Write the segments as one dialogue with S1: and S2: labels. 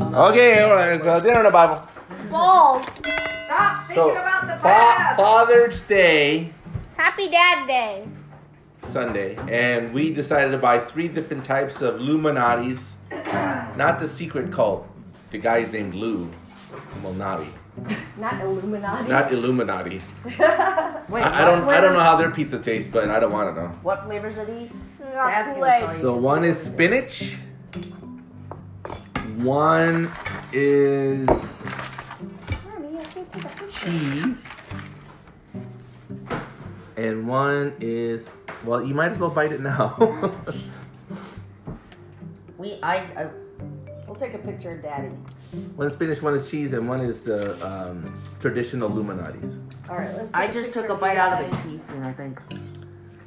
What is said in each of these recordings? S1: Okay, all right. So dinner in the Bible.
S2: Balls.
S3: Stop thinking
S1: So,
S3: about the
S1: Fa-
S3: past.
S1: Father's Day
S2: Happy Dad Day.
S1: Sunday, and we decided to buy three different types of Luminati's. Not the secret cult. The guy's named Lou Milnati,
S4: Not Illuminati.
S1: not Illuminati.
S4: Wait,
S1: I, I
S4: what
S1: don't. I don't
S4: flavors-
S1: know how their pizza tastes, but I don't want to know.
S4: What flavors are these? Dad's
S2: Not Kool-Aid.
S4: gonna tell
S1: So one is spinach. One is
S2: Mommy, I can't take a picture.
S1: cheese. And one is well, you might as well bite it now.
S4: We, I, I, we'll take a picture of Daddy.
S1: one is spinach, one is cheese, and one is the um, traditional Illuminati's.
S3: All right, let's. Take
S4: I just took
S3: picture
S4: a
S3: of
S4: bite
S3: you
S4: out of a
S3: guys.
S4: piece, and I think.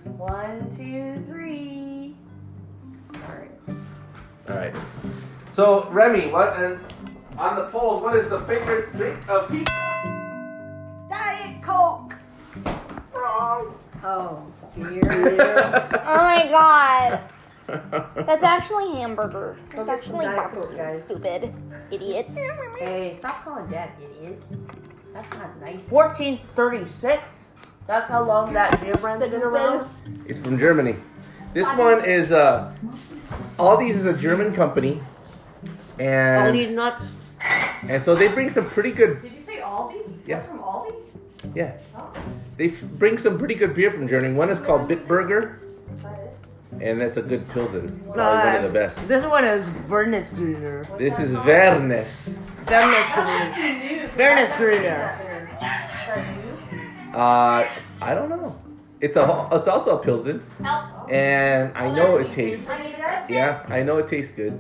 S3: One, two, three. All right.
S1: All right. So Remy, what and on the polls, what is the favorite drink of pizza?
S3: Diet Coke.
S1: Wrong.
S4: Oh, here.
S2: Oh my god. That's actually hamburgers. It's
S3: get some
S2: actually
S3: Diet Coke,
S2: barbecue,
S3: guys.
S2: stupid idiot.
S4: hey, stop calling Dad idiot.
S3: That's not nice.
S4: 1436. That's how long that beer brand's been around.
S1: It's from Germany. This one is uh, all these is a German company,
S4: All
S1: and
S4: these nuts.
S1: and so they bring some pretty good
S3: Did you say Aldi?
S1: Yeah.
S3: That's from Aldi.
S1: yeah
S3: Oh,
S1: they f- bring some pretty good beer from Germany. One is called Bitburger,
S3: is that it?
S1: and that's a good pilsen, probably one of the best.
S4: This one is Vernesgrüner.
S3: What's
S1: This
S3: that
S1: is
S3: called?
S1: Vernes.
S4: Vernesgrüner. Fairness
S3: Greener.
S4: Greener.
S1: Uh, I don't know. It's a ho- it's also a pilsen,
S2: Help.
S1: and I know it tastes
S2: I need assistance.
S1: yeah I know it tastes good.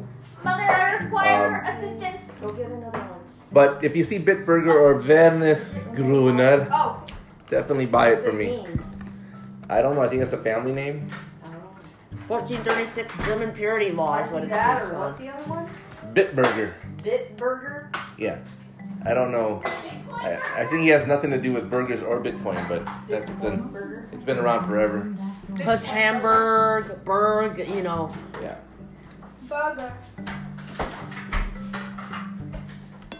S2: Mother, I require
S1: Um,
S2: assistance.
S3: Go get another one.
S1: But if you see Bitburger or Vernesgrüner,
S2: Oh,
S1: definitely buy it
S3: What's
S1: for
S3: it
S1: me.
S3: mean?
S1: I don't know. I think it's a family name.
S3: Oh.
S4: 1436 German purity law is what
S3: Is
S4: it's
S3: that
S4: based
S3: or what's
S4: on.
S3: the other one?
S1: Bitburger.
S3: Bitburger.
S1: Yeah. I don't know. I, I think he has nothing to do with burgers or Bitcoin, but that's been
S3: Burger.
S1: it's been around forever.
S4: Plus Hamburg, Berg, you know.
S1: Yeah.
S2: burger.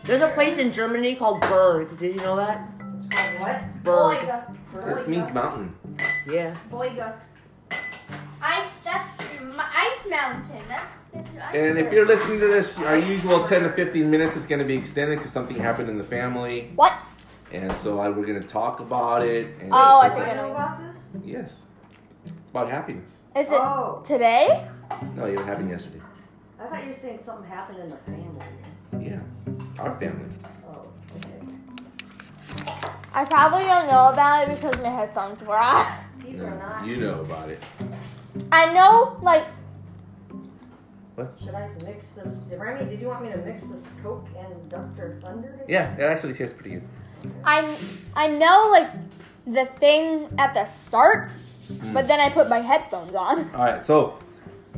S4: There's a place in Germany called Berg. Did you know that?
S3: It's called what?
S4: Berg.
S2: Boiga.
S1: It means mountain.
S4: Yeah.
S3: Boyga.
S2: Ice, that's my ice mountain. That's the
S1: And if you're listening to this, our usual 10 to 15 minutes is going to be extended because something happened in the family,
S2: What?
S1: and so I, we're going to talk about it. And
S2: Oh, I
S3: Do
S2: think
S3: I
S2: I
S3: know
S2: know.
S3: about this?
S1: Yes. It's about happiness.
S2: Is it
S3: Oh,
S2: today?
S1: No, it happened yesterday.
S3: I thought you were saying something happened in the family.
S1: Yeah. Our family.
S3: Oh, okay.
S2: I probably don't know about it because my headphones were off.
S3: These are not.
S1: You know about it.
S2: I know, like,
S3: Should I mix this? Did- Remy, did you want me to mix this Coke and Dr. Thunder?
S1: Yeah, it actually tastes pretty good.
S2: I I know like the thing at the start,
S1: Mm.
S2: but then I put my headphones on.
S1: All right, so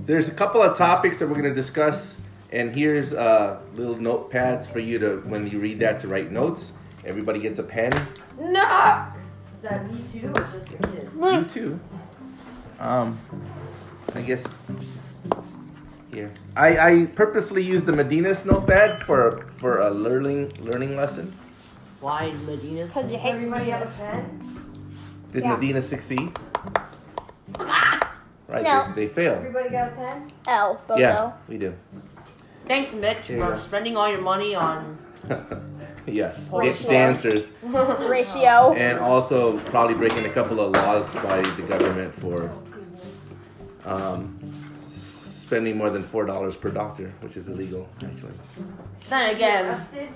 S1: there's a couple of topics that we're going to discuss, and here's uh, little notepads for you to, when you read that, to write notes. Everybody gets a pen.
S2: No.
S3: Is that me too, or just the kids?
S1: You too. Um, I guess here. I, I purposely used the Medina's notepad for for a learning learning lesson.
S4: Why Medina's?
S2: Because you hate
S3: Everybody
S2: everybody
S3: have a pen?
S1: Did
S2: Yeah.
S1: Medina succeed? Right,
S2: No.
S1: they, they failed.
S3: Everybody got a pen?
S2: L. Bozo.
S1: Yeah, we do.
S4: Thanks, Mitch,
S1: There you
S4: for
S1: go.
S4: spending all your money on.
S1: yeah,
S4: Or
S1: da-
S4: sure.
S1: dancers.
S2: Ratio.
S1: And also probably breaking a couple of laws by the government for
S3: Oh, Goodness.
S1: um, s- spending more than four dollars per doctor, which is illegal actually.
S4: Then again,
S3: Arrested?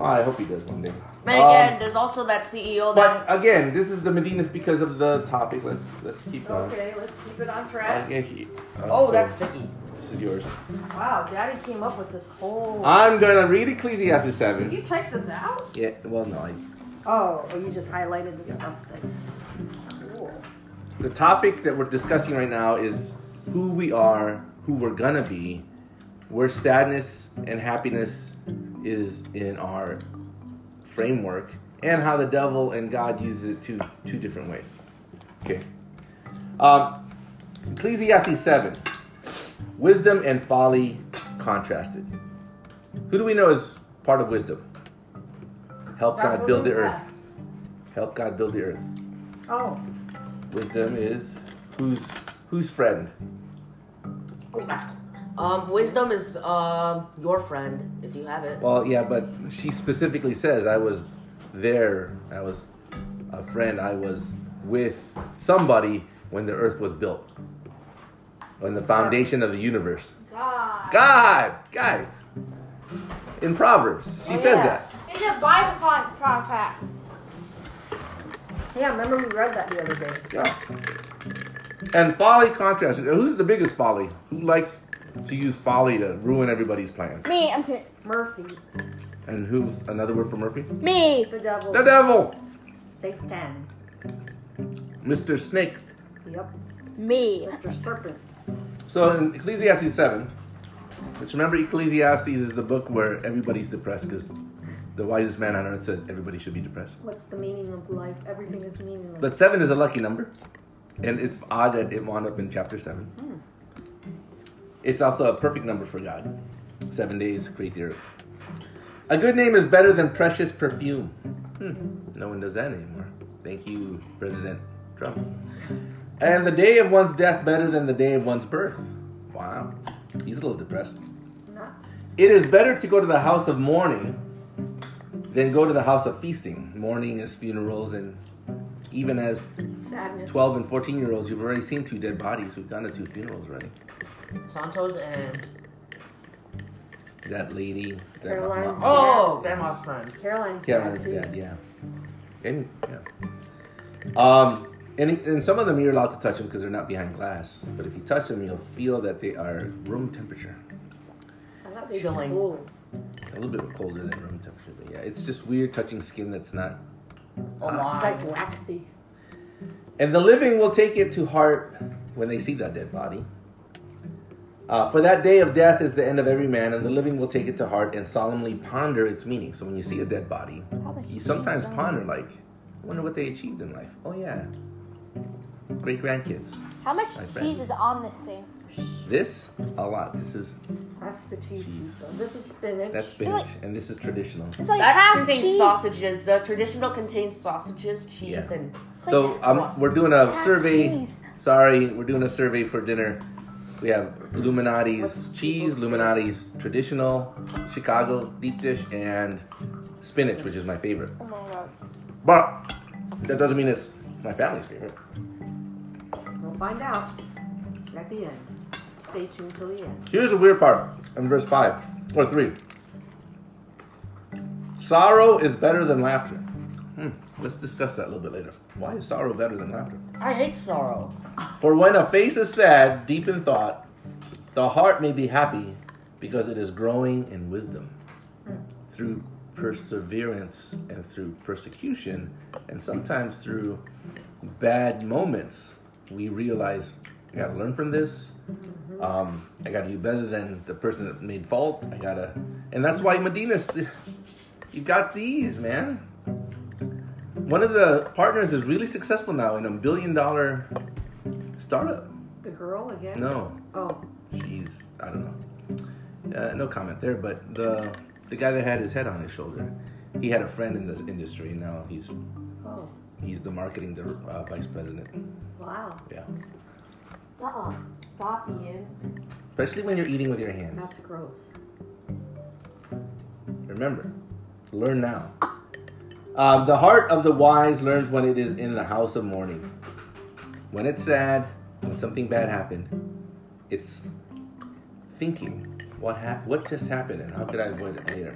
S1: Oh, I hope he does one day.
S4: then
S1: Um,
S4: again, there's also that CEO
S1: but
S4: that.
S1: again, this is the Medinas because of the topic. Let's let's keep going.
S3: Okay, let's keep it on track.
S1: Okay, he- uh,
S4: Oh,
S1: so
S4: that's sticky.
S1: this is yours.
S3: Wow, Daddy came up with this whole.
S1: I'm gonna read Ecclesiastes
S3: Did
S1: seven.
S3: you type this out?
S1: Yeah, well, no, I,
S3: Oh, oh you just highlighted the stuff. That... Cool.
S1: the topic that we're discussing right now is who we are, who we're gonna be, where sadness and happiness is in our framework, and how the devil and God uses it two two different ways. Okay. Um, Ecclesiastes seven, wisdom and folly contrasted. Who do we know is part of wisdom? Help God build the earth. Help God build the earth.
S3: Oh,
S1: Wisdom is who's who's friend?
S3: Oh,
S4: Um, wisdom is um your friend if you have it.
S1: Well, yeah, but she specifically says I was there. I was a friend. I was with somebody when the earth was built. When the foundation of the universe.
S5: God.
S1: God, guys. In Proverbs, she
S3: Oh,
S1: says
S3: yeah.
S1: that.
S5: It's a Bible font prophet.
S3: yeah. Remember we read that the other day.
S1: Yeah. And folly contrast. Who's the biggest folly? Who likes to use folly to ruin everybody's plans?
S2: Me, I'm kidding.
S3: Murphy,
S1: And who's another word for Murphy?
S2: Me.
S3: the devil,
S1: The devil,
S3: Satan.
S1: Mr. Snake.
S3: Yep,
S2: Me.
S3: Mr. Serpent.
S1: So in Ecclesiastes 7, which remember Ecclesiastes is the book where everybody's depressed because the wisest man on earth said everybody should be depressed.
S3: What's the meaning of life? Everything is meaningless.
S1: But 7 is a lucky number, and it's odd that it wound up in chapter 7. It's also a perfect number for God. Seven days, create the earth. A good name is better than precious perfume. Hmm, no one does that anymore. Thank you, President Trump. And the day of one's death better than the day of one's birth. Wow. He's a little depressed. It is better to go to the house of mourning than go to the house of feasting. Mourning is funerals, and even as
S3: Sadness.
S1: 12 and 14 year olds, you've already seen two dead bodies. We've gone to two funerals already.
S4: Santos and
S1: That lady, that
S3: Caroline's-
S1: Ma-
S4: oh, grandma's friend.
S3: Caroline's
S1: Caroline's
S3: dad, too.
S1: dad, yeah. And, yeah. Um, and, and some of them you're allowed to touch them because they're not behind glass. But if you touch them, you'll feel that they are room temperature.
S3: I thought they
S4: Chilling.
S3: Cool.
S1: A little bit colder than room temperature, but yeah, it's just weird touching skin that's not.
S4: Oh
S3: It's
S4: my.
S3: like waxy.
S1: And the living will take it to heart when they see that dead body. Uh, for that day of death is the end of every man, and the living will take it to heart and solemnly ponder its meaning. So when you see a dead body, you sometimes ponder, like, I wonder what they achieved in life. Oh, yeah. Great grandkids.
S2: How much
S1: My friend.
S2: cheese is on this thing?
S1: This, a lot. This is,
S3: That's the cheese
S1: Cheese.
S3: pizza. This is spinach.
S1: that's spinach, and this is traditional.
S2: It's like
S4: That
S2: half
S4: contains
S2: cheese.
S4: sausages. The traditional contains sausages, cheese,
S1: Yeah.
S4: and
S2: It's like
S1: So um,
S4: sauce.
S1: we're doing a
S2: half
S1: survey.
S2: cheese.
S1: Sorry, we're doing a survey for dinner. We have Illuminati's cheese, Illuminati's traditional, Chicago deep dish, and spinach, which is my favorite.
S2: Oh my god.
S1: But that doesn't mean it's my family's favorite.
S3: We'll find out at the end. Stay tuned till the end.
S1: Here's the weird part in verse 5 or 3. Sorrow is better than laughter. Hmm, let's discuss that a little bit later. Why is sorrow better than laughter?
S4: I hate sorrow.
S1: For when a face is sad, deep in thought, the heart may be happy because it is growing in wisdom. Through perseverance and through persecution, and sometimes through bad moments, we realize I gotta learn from this. Um, I gotta do better than the person that made fault. I gotta, and that's why Medina, you got these, man. One of the partners is really successful now in a billion dollar startup.
S3: The girl again?
S1: No,
S3: Oh,
S1: she's I don't know. Uh, no comment there. But the the guy that had his head on his shoulder, he had a friend in this industry. and Now he's
S3: oh,
S1: he's the marketing di- uh, vice president.
S3: wow.
S1: Yeah,
S3: Uh-uh. Stop, Ian.
S1: especially when you're eating with your hands.
S3: That's gross.
S1: Remember, learn now. Um, the heart of the wise learns when it is in the house of mourning. When it's sad, when something bad happened, it's thinking, what hap- what just happened and how could I avoid it later?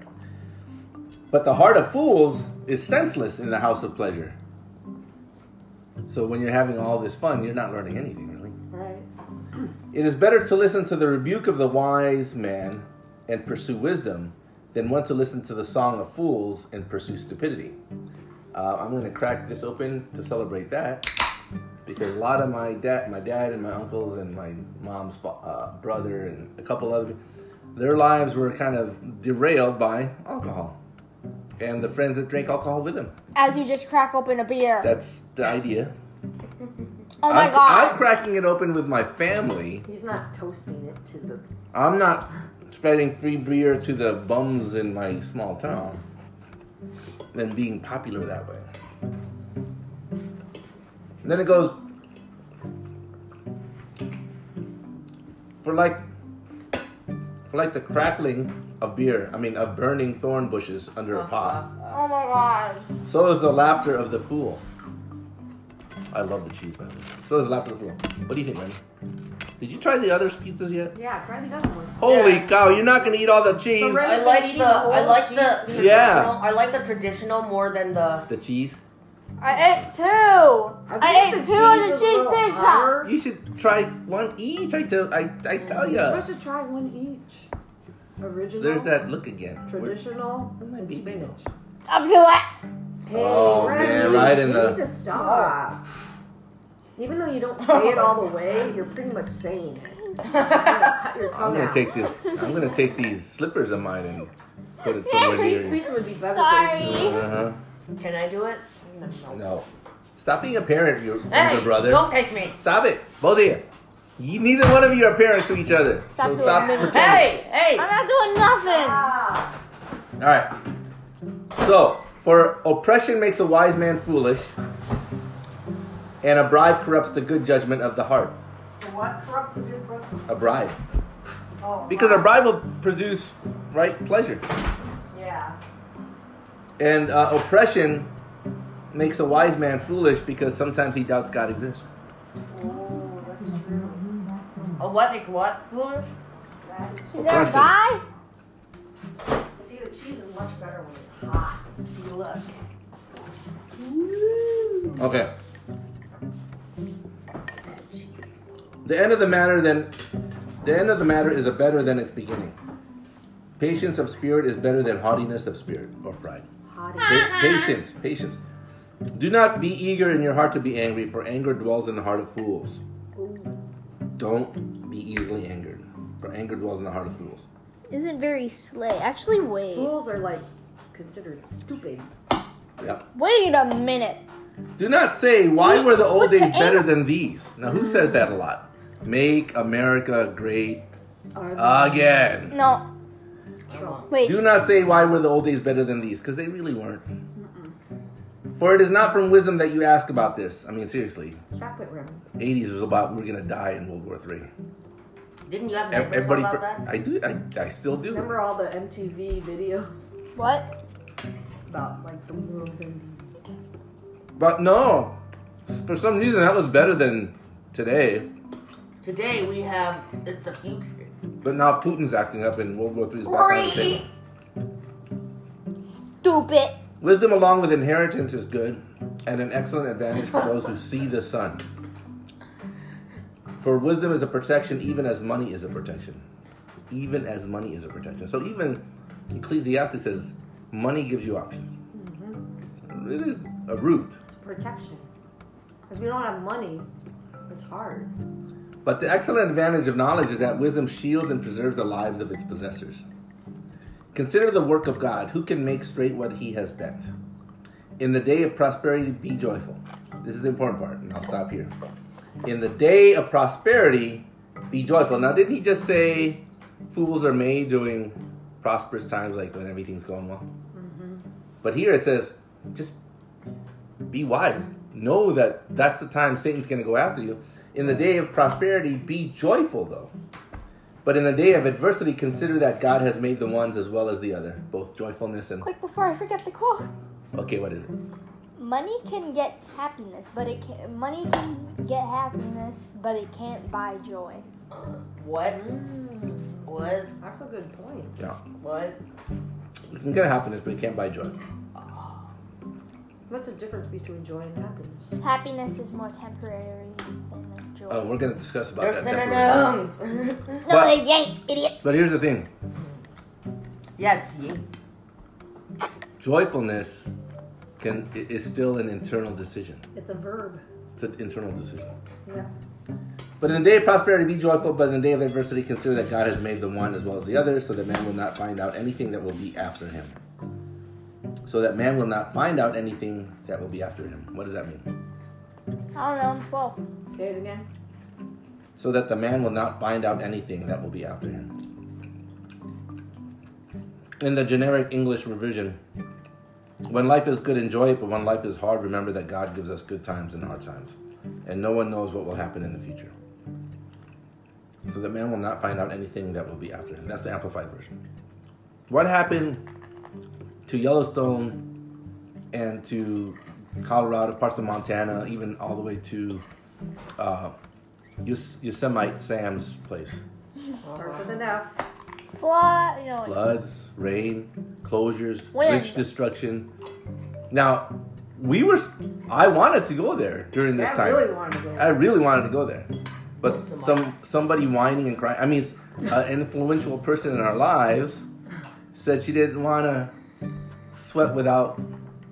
S1: But the heart of fools is senseless in the house of pleasure. So when you're having all this fun, you're not learning anything really.
S3: Right.
S1: It is better to listen to the rebuke of the wise man and pursue wisdom than one to listen to the song of fools and pursue stupidity. Uh, I'm going to crack this open to celebrate that because a lot of my dad, my dad and my uncles and my mom's fa- uh, brother and a couple other, their lives were kind of derailed by alcohol and the friends that drank alcohol with them.
S2: As you just crack open a beer.
S1: That's the idea.
S2: oh my
S1: I'm,
S2: god.
S1: I'm cracking it open with my family.
S3: He's not toasting it to the
S1: I'm not spreading free beer to the bums in my small town than being popular that way. Then it goes for like for like the crackling of beer, I mean of burning thorn bushes under a pot.
S5: Oh my god.
S1: So is the laughter of the fool. I love the cheese, by the way. So is the laughter of the fool. What do you think, Randy? Did you try the other pizzas yet?
S3: Yeah, try the other one.
S1: Holy
S4: Yeah.
S1: cow, you're not gonna eat all the cheese.
S3: Randy's
S4: I
S3: been
S4: like
S3: eating
S4: the
S3: whole
S4: I like
S3: cheese
S4: the
S3: pizza.
S1: Yeah.
S4: I like the traditional more than the
S1: the cheese.
S5: I ate two. I, ate
S3: think
S5: two of the
S3: was a
S5: cheese
S3: little
S5: pizza.
S3: hotter.
S1: You should try one each. I tell, I, I tell
S3: You're
S1: ya.
S3: supposed to try one each. Original.
S1: There's that look again. Where-
S3: Traditional
S1: Where might
S3: and
S1: be
S3: spinach.
S2: Up to it.
S3: Hey,
S1: Oh, man, right in
S3: you
S1: the-
S3: need to stop. Even though you don't say it all the way, you're pretty much saying it. You're gonna cut your
S1: I'm
S3: tongue
S1: gonna
S3: out.
S1: take this. I'm gonna take these slippers of mine and put it somewhere
S3: Cheese
S1: near you.
S3: pizza would be better.
S5: Sorry.
S1: Uh-huh.
S4: Can I do it? No.
S1: No. Stop being a parent, you
S4: Hey,
S1: younger brother.
S4: don't take me.
S1: Stop it, both of you. you. Neither one of you are parents to each other.
S2: Stop
S1: so
S2: doing
S1: stop
S2: that.
S1: pretending.
S4: Hey, hey.
S2: I'm not doing
S3: Ah.
S2: nothing.
S1: All right. So, for oppression makes a wise man foolish, and a bribe corrupts the good judgment of the heart.
S3: What corrupts a good brother?
S1: A bribe.
S3: Oh,
S1: Because a bribe will produce, right, pleasure.
S3: yeah.
S1: And uh, oppression makes a wise man foolish because sometimes he doubts God exists.
S3: Oh, that's true.
S4: A what? Like what? Foolish?
S3: That is
S2: Is there a guy?
S3: See, the cheese is much better when it's hot. See, look.
S1: Okay. The end of the matter then the end of the matter is a better than its beginning. Patience of spirit is better than haughtiness of spirit or pride.
S3: Hot.
S1: Pa-
S2: Uh-huh.
S1: patience, patience. Do not be eager in your heart to be angry, for anger dwells in the heart of fools. Don't be easily angered, for anger dwells in the heart of fools.
S2: Isn't very slay. Actually, wait.
S3: Fools are like considered stupid.
S1: Yep.
S2: Wait a minute.
S1: Do not say, why
S2: We-
S1: were the old
S2: what to
S1: days better
S2: aim-
S1: than these? Now, who says that a lot? Make America great
S3: Are
S1: Uh, again.
S2: No,
S3: Trump.
S2: wait.
S1: Do not say, why were the old days better than these? Because they really weren't. For it is not from wisdom that you ask about this. I mean, seriously,
S3: Stop it, Rem.
S1: 80s was about we're going to die in World War III.
S4: Didn't you have nightmares
S1: Everybody,
S4: about
S1: fr-
S4: that?
S1: I do. I, I still do.
S3: Remember all the MTV videos
S2: What?
S3: about like the world ending?
S1: But no, for some reason that was better than today.
S4: Today we have it's the future.
S1: But now Putin's acting up, and World War Three is back on the table.
S2: Stupid.
S1: Wisdom, along with inheritance, is good and an excellent advantage for those who see the sun. For wisdom is a protection, even as money is a protection. Even as money is a protection. So even Ecclesiastes says money gives you options. It is a root.
S3: It's protection. If you don't have money, it's hard.
S1: But the excellent advantage of knowledge is that wisdom shields and preserves the lives of its possessors. Consider the work of God, who can make straight what he has bent. In the day of prosperity, be joyful. This is the important part, and I'll stop here. In the day of prosperity, be joyful. Now, didn't he just say fools are made during prosperous times, like when everything's going well? But here it says, just be wise. Know that that's the time Satan's going to go after you. In the day of prosperity, be joyful, though. But in the day of adversity, consider that God has made the ones as well as the other, both joyfulness and.
S2: Quick before I forget the quote.
S1: Okay, what is it?
S2: Money can get happiness, but it can money can get happiness, but it can't buy joy.
S4: What?
S3: Mm,
S4: What?
S3: that's a good point.
S1: Yeah.
S4: What?
S1: It can get happiness, but it can't buy joy.
S3: What's the difference between joy and happiness?
S2: Happiness is more temporary than joy.
S1: Uh, we're going to discuss about
S4: They're
S1: that. separately.
S4: synonyms.
S2: no,
S1: but-
S2: they ain't, idiot.
S1: But here's the thing
S4: yeah, it's you.
S1: joyfulness can i- is still an internal decision.
S3: It's a verb.
S1: It's an internal decision.
S3: Yeah.
S1: But in the day of prosperity, be joyful. But in the day of adversity, consider that God has made the one as well as the other, so that man will not find out anything that will be after him. So that man will not find out anything that will be after him. What does that mean?
S2: I don't know. I'm twelve.
S3: Say it again.
S1: So that the man will not find out anything that will be after him. in the generic English revision, when life is good, enjoy it, but when life is hard, remember that God gives us good times and hard times. And no one knows what will happen in the future. So that man will not find out anything that will be after him. That's the amplified version. What happened to Yellowstone and to Colorado, parts of Montana, even all the way to uh, Yos- Yosemite Sam's place?
S3: Starts with an F.
S2: Fly, you know,
S1: floods, rain, closures,
S2: Wind.
S1: rich destruction. Now, we were. I wanted to go there during this
S3: I
S1: time.
S3: really wanted to go.
S1: I really wanted to go there, but
S4: Close to
S1: some somebody whining and crying. I mean, s- an influential person in our lives said she didn't want to sweat without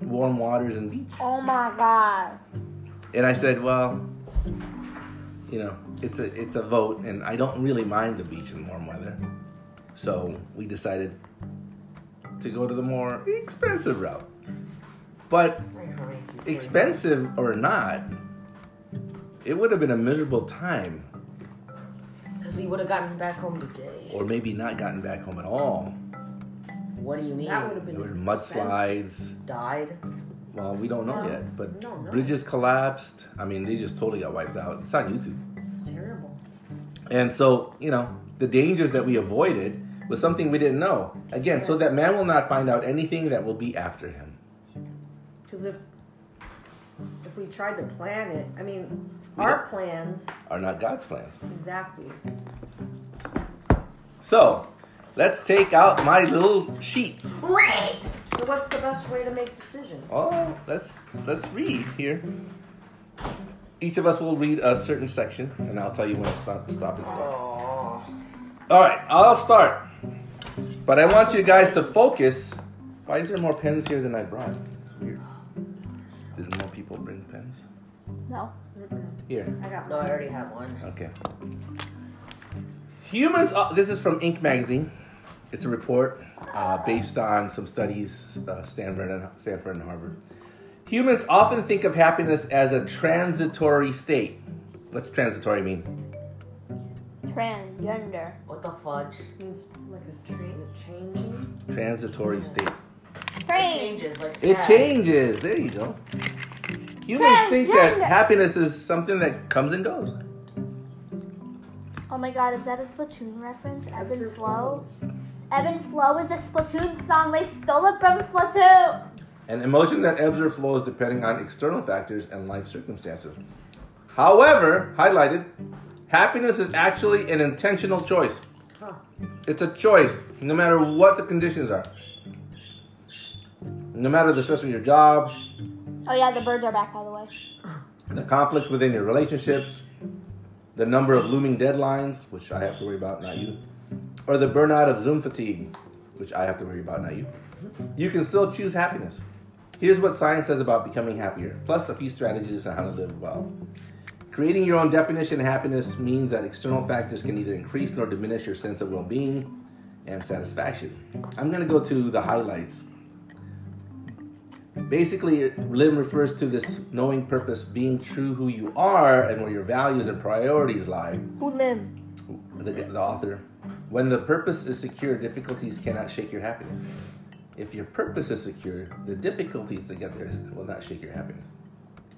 S1: warm waters and beach.
S2: oh my god.
S1: And I said, well, you know, it's a it's a vote, and I don't really mind the beach in warm weather. So we decided to go to the more expensive route. But expensive or not, it would have been a miserable time,
S4: Because we would have gotten back home today.
S1: or maybe not gotten back home at all.
S4: What do you mean?
S3: That would have been
S1: There were
S3: expensive.
S1: mudslides.
S4: Died.
S1: Well, we don't know
S3: No.
S1: yet, but
S3: No, no.
S1: bridges collapsed. I mean, they just totally got wiped out. It's on YouTube.
S3: It's terrible.
S1: And so, you know, the dangers that we avoided was something we didn't know. Again, so that man will not find out anything that will be after him.
S3: Because if if we tried to plan it, I mean,
S1: We
S3: our plans
S1: Are not God's plans.
S3: exactly.
S1: So, let's take out my little sheets.
S3: So what's the best way to make decisions?
S1: Oh, let's let's read here. Each of us will read a certain section, and I'll tell you when to stop, stop and start.
S4: Oh.
S1: All right, I'll start. But I want you guys to focus. Why is there more pens here than I brought? It's weird. Did more people bring pens?
S2: No.
S1: Here.
S3: I got
S4: No, I already have one.
S1: Okay. Humans. Are, this is from Inc. magazine. It's a report uh, based on some studies, uh, Stanford and Stanford and Harvard. Humans often think of happiness as a transitory state. What's transitory mean?
S2: Transgender.
S4: What the fudge?
S3: it's like a train changing.
S1: Transitory state.
S4: It
S2: Train.
S4: changes like
S1: It
S4: sad.
S1: changes. There you go. Humans think that
S2: Transgender.
S1: happiness is something that comes and goes.
S2: Oh my god, is that a Splatoon reference? Ebb and Flow? Ebb and Flow is a Splatoon song. They stole it from Splatoon.
S1: an emotion that ebbs or flows depending on external factors and life circumstances. However, highlighted, happiness is actually an intentional choice.
S3: Huh.
S1: It's a choice, no matter what the conditions are. No matter the stress of your job,
S2: Oh yeah, the birds are back, by the way.
S1: the conflicts within your relationships, the number of looming deadlines, which I have to worry about, not you, or the burnout of Zoom fatigue, which I have to worry about, not you, you can still choose happiness. Here's what science says about becoming happier, plus a few strategies on how to live well. Creating your own definition of happiness means that external factors can neither increase nor diminish your sense of well being and satisfaction. I'm going to go to the highlights. Basically, lim refers to this knowing purpose, being true who you are and where your values and priorities lie.
S2: Who limb?
S1: The, the author. When the purpose is secure, difficulties cannot shake your happiness. If your purpose is secure, the difficulties to get there will not shake your happiness.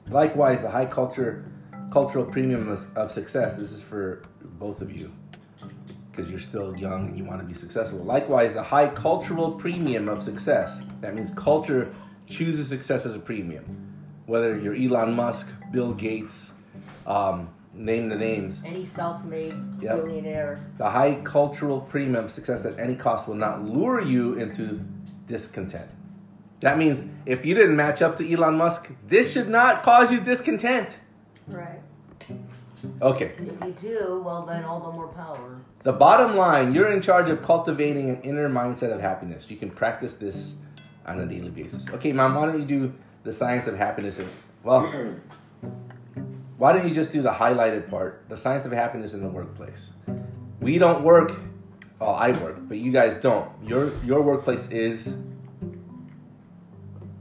S1: Likewise, the high culture, cultural premium of- of success. This is for both of you because you're still young and you want to be successful. Likewise, the high cultural premium of success. That means culture chooses success as a premium. Whether you're Elon Musk, Bill Gates, um, name the names.
S4: Any self-made
S1: Yep.
S4: billionaire.
S1: The high cultural premium of success at any cost will not lure you into discontent. That means if you didn't match up to Elon Musk, this should not cause you discontent.
S3: Right.
S1: Okay,
S4: If you do, well then all the more power.
S1: the bottom line you're in charge of cultivating an inner mindset of happiness. You can practice this on a daily basis. Okay, mom, why don't you do the science of happiness? And, well, why don't you just do the highlighted part, the science of happiness in the workplace? We don't work. Well, I work, but you guys don't. Your your workplace is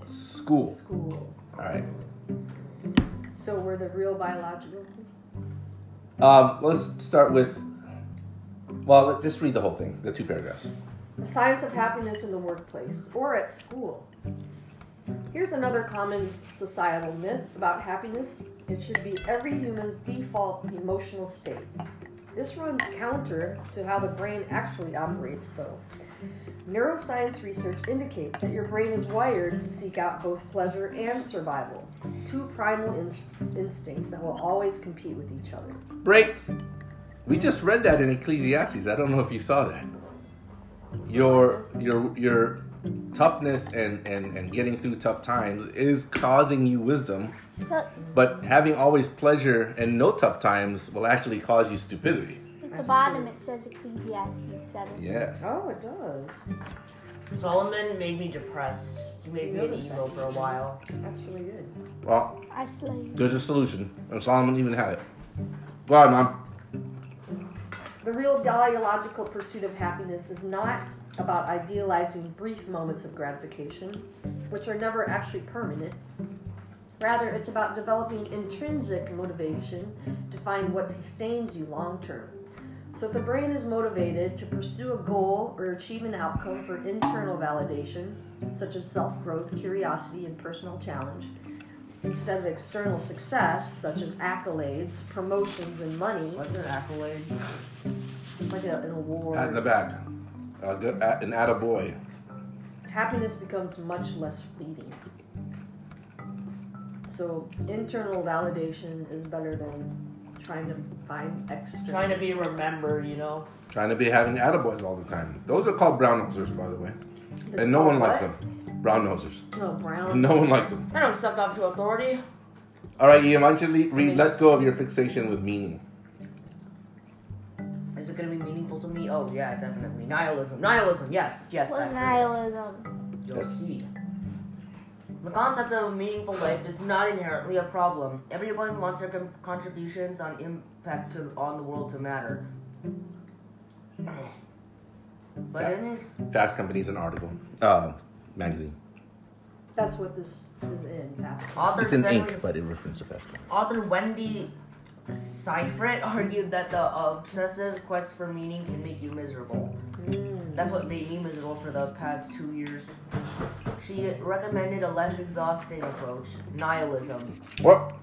S1: school.
S3: School.
S1: All right.
S3: So we're the real biological.
S1: Um, let's start with. Well, let- just read the whole thing, the two paragraphs.
S3: The science of happiness in the workplace or at school. Here's another common societal myth about happiness it should be every human's default emotional state. This runs counter to how the brain actually operates, though. Neuroscience research indicates that your brain is wired to seek out both pleasure and survival, two primal inst- instincts that will always compete with each other.
S1: Break. We just read that in Ecclesiastes. I don't know if you saw that. Your your your toughness and and and getting through tough times is causing you wisdom,
S2: The,
S1: but having always pleasure and no tough times will actually cause you stupidity.
S2: at the bottom it says Ecclesiastes 7.
S1: Yeah.
S3: Oh, it does.
S4: Solomon made me depressed. He made me an emo for a while.
S3: That's really good.
S1: Well,
S2: I slay.
S1: there's a solution, and Solomon even had it. Go on, mom.
S3: The real dialogical pursuit of happiness is not about idealizing brief moments of gratification, which are never actually permanent. Rather, it's about developing intrinsic motivation to find what sustains you long term. So, if the brain is motivated to pursue a goal or achieve an outcome for internal validation, such as self growth, curiosity, and personal challenge, instead of external success, such as accolades, promotions, and money,
S4: What's an accolade?
S3: like a, an award.
S1: Pat in the back. Uh, good, at, an attaboy.
S3: happiness becomes much less fleeting. So internal validation is better than trying to find external.
S4: Trying to be remembered, you know?
S1: Trying to be having attaboys all the time. Those are called brown nosers, by the way. And no one likes
S3: What?
S1: them. Brown nosers.
S3: No brown.
S1: No one likes them.
S4: I don't suck up to authority.
S1: All right, Ian, why don't you le- read
S4: Thanks.
S1: Let Go of Your Fixation with Meaning?
S4: Is it gonna be meaningful to me? Oh yeah, definitely. Nihilism. Nihilism, yes, yes.
S2: What
S4: actually.
S2: nihilism?
S4: You'll see. The concept of a meaningful life is not inherently a problem. Everyone wants their con- contributions on impact to, on the world to matter. But it is.
S1: Fast Company's an article, uh, magazine.
S3: That's what this is in. Fast.
S4: Author
S1: It's in
S4: Zachary-
S1: ink, but it references to Fast Company.
S4: Author Wendy Seifert argued that the obsessive quest for meaning can make you miserable. That's what made me miserable for the past two years. She recommended a less exhausting approach, nihilism.
S1: What?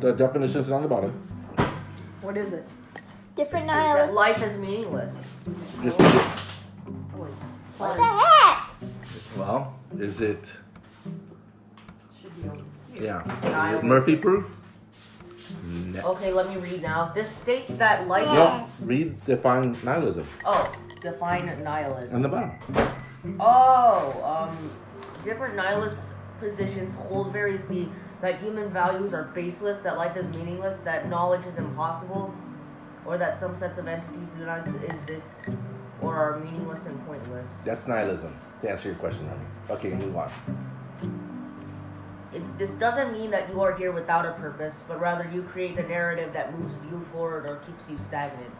S1: The definition's on the bottom.
S3: What is it?
S2: Different
S4: It says that
S2: nihilism.
S4: life is meaningless.
S1: Just-
S3: Oh, wait.
S2: What the heck?
S1: well, is it,
S3: Should be on.
S1: yeah. Is it
S4: Nihilism.
S1: Murphy proof? No.
S4: Okay, let me read now. This states that life.
S1: No, read Define Nihilism
S4: Oh, define nihilism.
S1: on the bottom.
S4: Oh, um, different nihilist positions hold variously that human values are baseless, that life is meaningless, that knowledge is impossible, or that some sets of entities do not exist or are meaningless and pointless.
S1: That's nihilism, to answer your question, Remy. Okay, move on.
S4: It, this doesn't mean that you are here without a purpose, but rather you create the narrative that moves you forward or keeps you stagnant.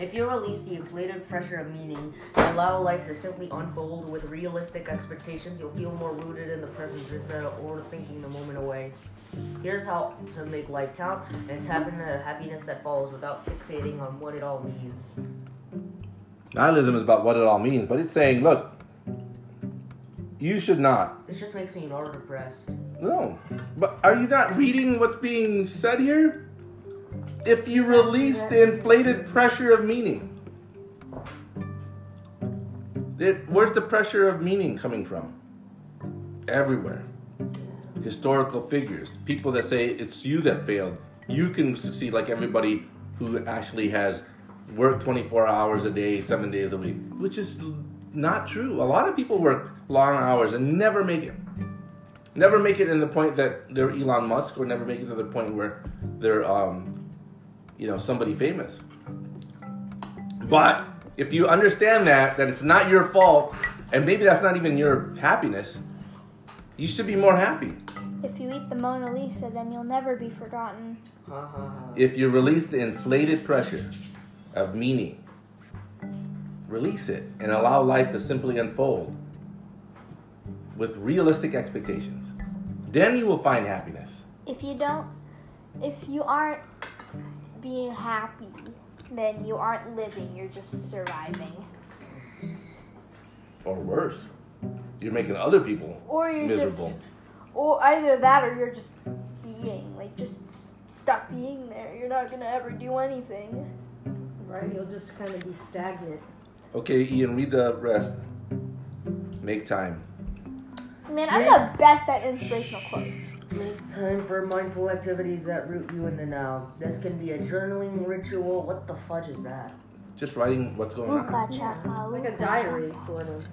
S4: If you release the inflated pressure of meaning and allow life to simply unfold with realistic expectations, you'll feel more rooted in the present instead of overthinking the moment away. Here's how to make life count and tap into the happiness that follows without fixating on what it all means.
S1: Nihilism is about what it all means, but it's saying, look, you should not.
S4: This just makes me more depressed.
S1: No. But are you not reading what's being said here? If you release the inflated pressure of meaning, it, where's the pressure of meaning coming from? Everywhere. Historical figures, people that say it's you that failed. You can succeed like everybody who actually has worked 24 hours a day, seven days a week, which is not true. A lot of people work long hours and never make it never make it in the point that they're Elon Musk, or never make it to the point where they're, um, you know, somebody famous. But if you understand that that it's not your fault, and maybe that's not even your happiness, you should be more happy.
S2: If you eat the Mona Lisa, then you'll never be forgotten.
S4: Ha ha ha.
S1: If you release the inflated pressure of meaning, release it and allow life to simply unfold with realistic expectations. Then you will find happiness.
S2: If you don't, if you aren't being happy, then you aren't living, you're just surviving.
S1: or worse. You're making other people
S5: Or you're
S1: miserable.
S5: just, or either that, or you're just being like just s- stuck being there. You're not gonna ever do anything.
S3: Right? You'll just kind of be stagnant.
S1: Okay, Ian, read the rest. Make time.
S5: Man, I'm the best at inspirational quotes.
S4: Make time for mindful activities that root you in the now. This can be a journaling ritual. What the fudge is that?
S1: Just writing what's going on.
S2: Ooka chaka,
S3: Like a
S2: ooka
S3: diary, sort of.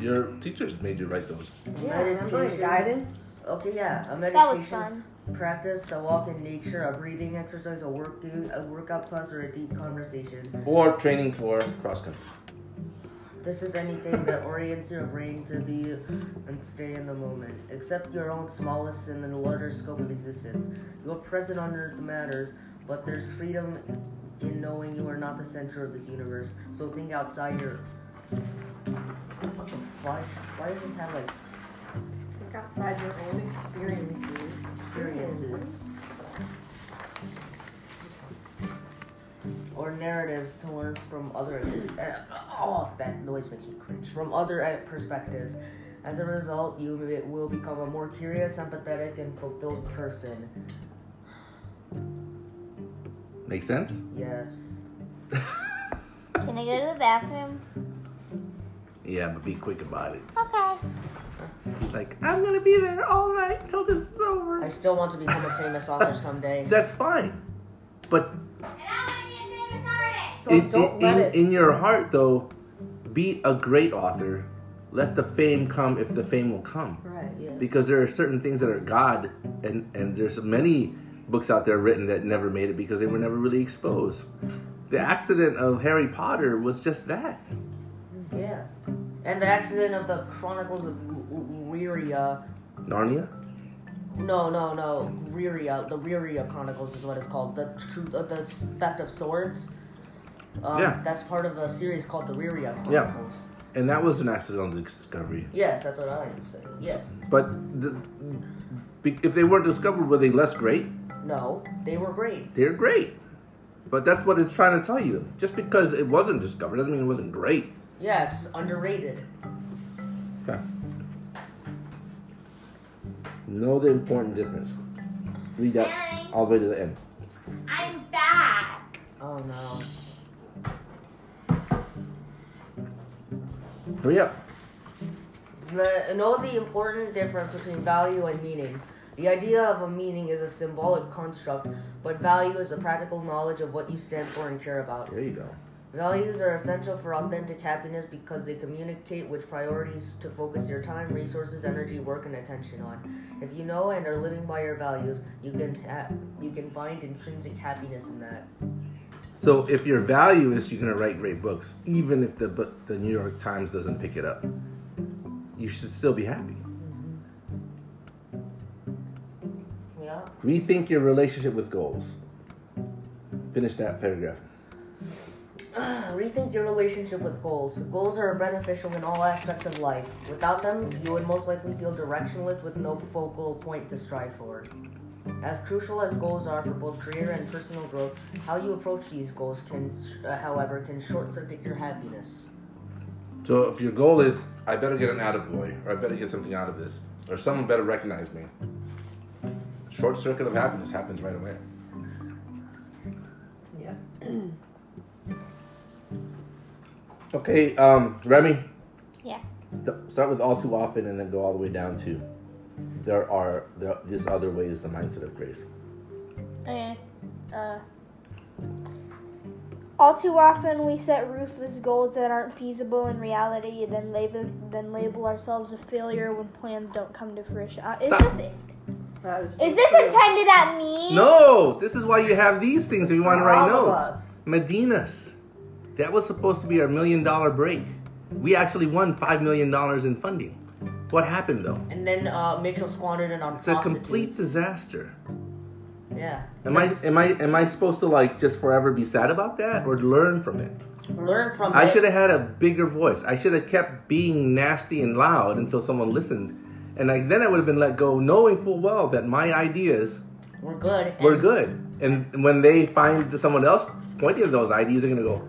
S1: Your teachers made you write those.
S3: Yeah, remember
S4: Meditation.
S3: guidance?
S4: Okay, yeah, a meditation
S2: chaka. That was fun.
S4: practice, a walk in nature, a breathing exercise, a work do, a workout class, or a deep conversation.
S1: Or training for cross country.
S4: This is anything that orients your brain to be and stay in the moment. Accept your own smallest and the larger scope of existence. You are present under the matters, but there's freedom in knowing you are not the center of this universe. So think outside your. What the fuck? Why does this have like
S3: Think outside your own experiences.
S4: experiences or narratives to learn from other ex- eh, oh that noise makes me cringe from other eh, perspectives as a result you may- will become a more curious empathetic and fulfilled person
S1: Make sense?
S4: yes
S2: Can I go to the bathroom?
S1: Yeah, but be quick about it.
S2: Okay.
S1: He's like, I'm gonna be there all night till this is over.
S4: i still want to become a famous author someday
S1: That's fine. But
S2: And I want to be a famous artist.
S3: Don't,
S1: in,
S3: don't
S1: in,
S3: let
S1: in,
S3: it.
S1: in your heart, though, be a great author. Let the fame come if the fame will come.
S3: Right.
S4: yes.
S1: because there are certain things that are God, and and there's many books out there written that never made it because they were never really exposed. The accident of Harry Potter was just that.
S4: yeah and the accident of the chronicles of L- L- Lyria
S1: Narnia.
S4: No, no, no. Riria, the Riria Chronicles is what it's called. The truth, uh, the theft of swords. Um,
S1: Yeah.
S4: That's part of a series called the Riria
S1: Yeah.
S4: Chronicles.
S1: And that was an accidental discovery.
S4: Yes, that's what I was saying. Yes.
S1: But the, be- if they weren't discovered, were they less great?
S4: No, they were great.
S1: They're great. But that's what it's trying to tell you. Just because it wasn't discovered doesn't mean it wasn't great.
S4: Yeah, it's underrated.
S1: Okay. Know the important difference. Read that all the way to the end.
S2: I'm back.
S4: Oh no.
S1: Hurry up.
S4: The, know the important difference between value and meaning. The idea of a meaning is a symbolic construct, but value is a practical knowledge of what you stand for and care about.
S1: There you go.
S4: Values are essential for authentic happiness because they communicate which priorities to focus your time, resources, energy, work, and attention on. If you know and are living by your values, you can ha- you can find intrinsic happiness in that.
S1: So if your value is you're gonna write great books, even if the bu- the New York Times doesn't pick it up, you should still be happy.
S4: Yeah.
S1: Rethink your relationship with goals. Finish that paragraph.
S4: Rethink your relationship with goals. Goals are beneficial in all aspects of life. Without them, you would most likely feel directionless with no focal point to strive for. As crucial as goals are for both career and personal growth, how you approach these goals can, uh, however, can short circuit your happiness.
S1: So if your goal is I better get an attaboy, or I better get something out of this, or someone better recognize me. Short circuit of happiness happens right away.
S3: Yeah.
S1: Okay, um, Remy,
S2: Yeah.
S1: th- start with all too often and then go all the way down to there are there, this other way is the mindset of grace.
S2: Okay.
S5: Uh, all too often, we set ruthless goals that aren't feasible in reality, and then label then label ourselves a failure when plans don't come to fruition. Uh, is
S1: Stop.
S5: this
S3: That is, so
S2: Is this
S3: true.
S2: intended at me?
S1: No, this is why you have these things if you want to
S3: For
S1: write
S3: all of
S1: notes.
S3: us.
S1: Medinas. That was supposed to be our million dollar break. We actually won five million dollars in funding. What happened though?
S4: And then uh, Mitchell squandered it on
S1: It's a
S4: prostitutes.
S1: complete disaster.
S4: Yeah.
S1: Am I am I am I supposed to like just forever be sad about that or learn from it?
S4: Learn from
S1: I
S4: it.
S1: should have had a bigger voice. I should have kept being nasty and loud until someone listened. And I, then I would have been let go knowing full well that my ideas
S4: We're good.
S1: were
S4: and
S1: good. And when they find that someone else pointing to those ideas, they're going to go,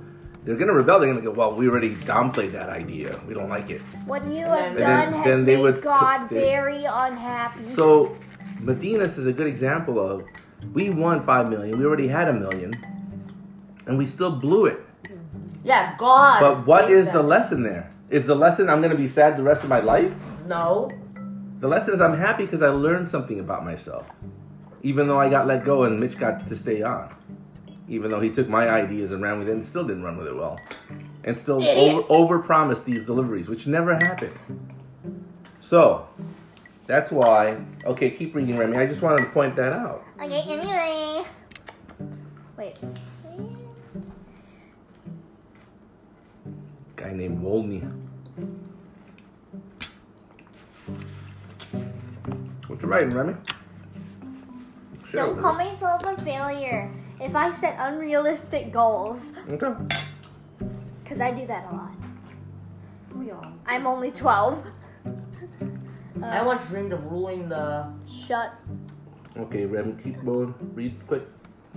S1: they're gonna rebel. They're gonna go, well, we already downplayed that idea. We don't like it.
S5: What you
S4: then-
S5: have done
S4: And
S1: then-
S5: has
S1: then they
S5: made
S1: would
S5: God
S1: put the-
S5: very unhappy.
S1: So Medina's is a good example of we won five million. We already had a million, and we still blew it.
S4: Yeah, God.
S1: But what
S4: made
S1: is the
S4: them.
S1: lesson there? Is the lesson I'm gonna be sad the rest of my life?
S4: No.
S1: The lesson is I'm happy because I learned something about myself, even though I got let go and Mitch got to stay on, even though he took my ideas and ran with it and still didn't run with it well, and still
S5: Idiot.
S1: over overpromised these deliveries, which never happened. So that's why. Okay, keep reading, Remy. I just wanted to point that out.
S2: Okay, anyway.
S5: Wait.
S1: guy named Wolny. What you writing, Remy? Share
S2: Don't
S1: with
S2: call
S1: us.
S2: myself a failure if I set unrealistic goals,
S1: Okay.
S2: because I do that a lot.
S3: We all.
S2: I'm only 12.
S4: I once dreamed of ruling the.
S2: Shut.
S1: Okay, Remy, keep going. Read quick.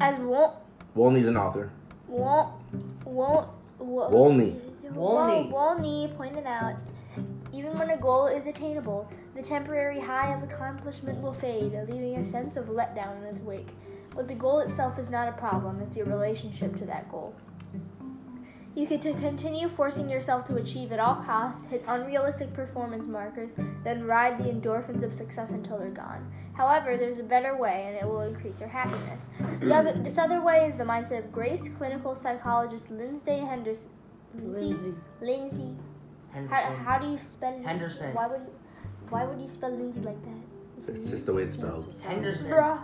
S2: As won't,
S1: Wolny's an author.
S2: won't, won't, won't.
S1: Wolny.
S4: Wolny.
S2: Wolny pointed out even when a goal is attainable, the temporary high of accomplishment will fade, leaving a sense of letdown in its wake. But the goal itself is not a problem, it's your relationship to that goal. You could to continue forcing yourself to achieve at all costs, hit unrealistic performance markers, then ride the endorphins of success until they're gone. However, there's a better way, and it will increase your happiness. The other, this other way is the mindset of Grace clinical psychologist Lindsay Henderson. Lindsay.
S3: Lindsay.
S2: Lindsay. How,
S4: Henderson.
S2: how do you spell it?
S4: Henderson.
S2: Why would you, why would you spell Lindsay like that?
S1: It's just the way it's spelled.
S4: Henderson.
S2: Bruh.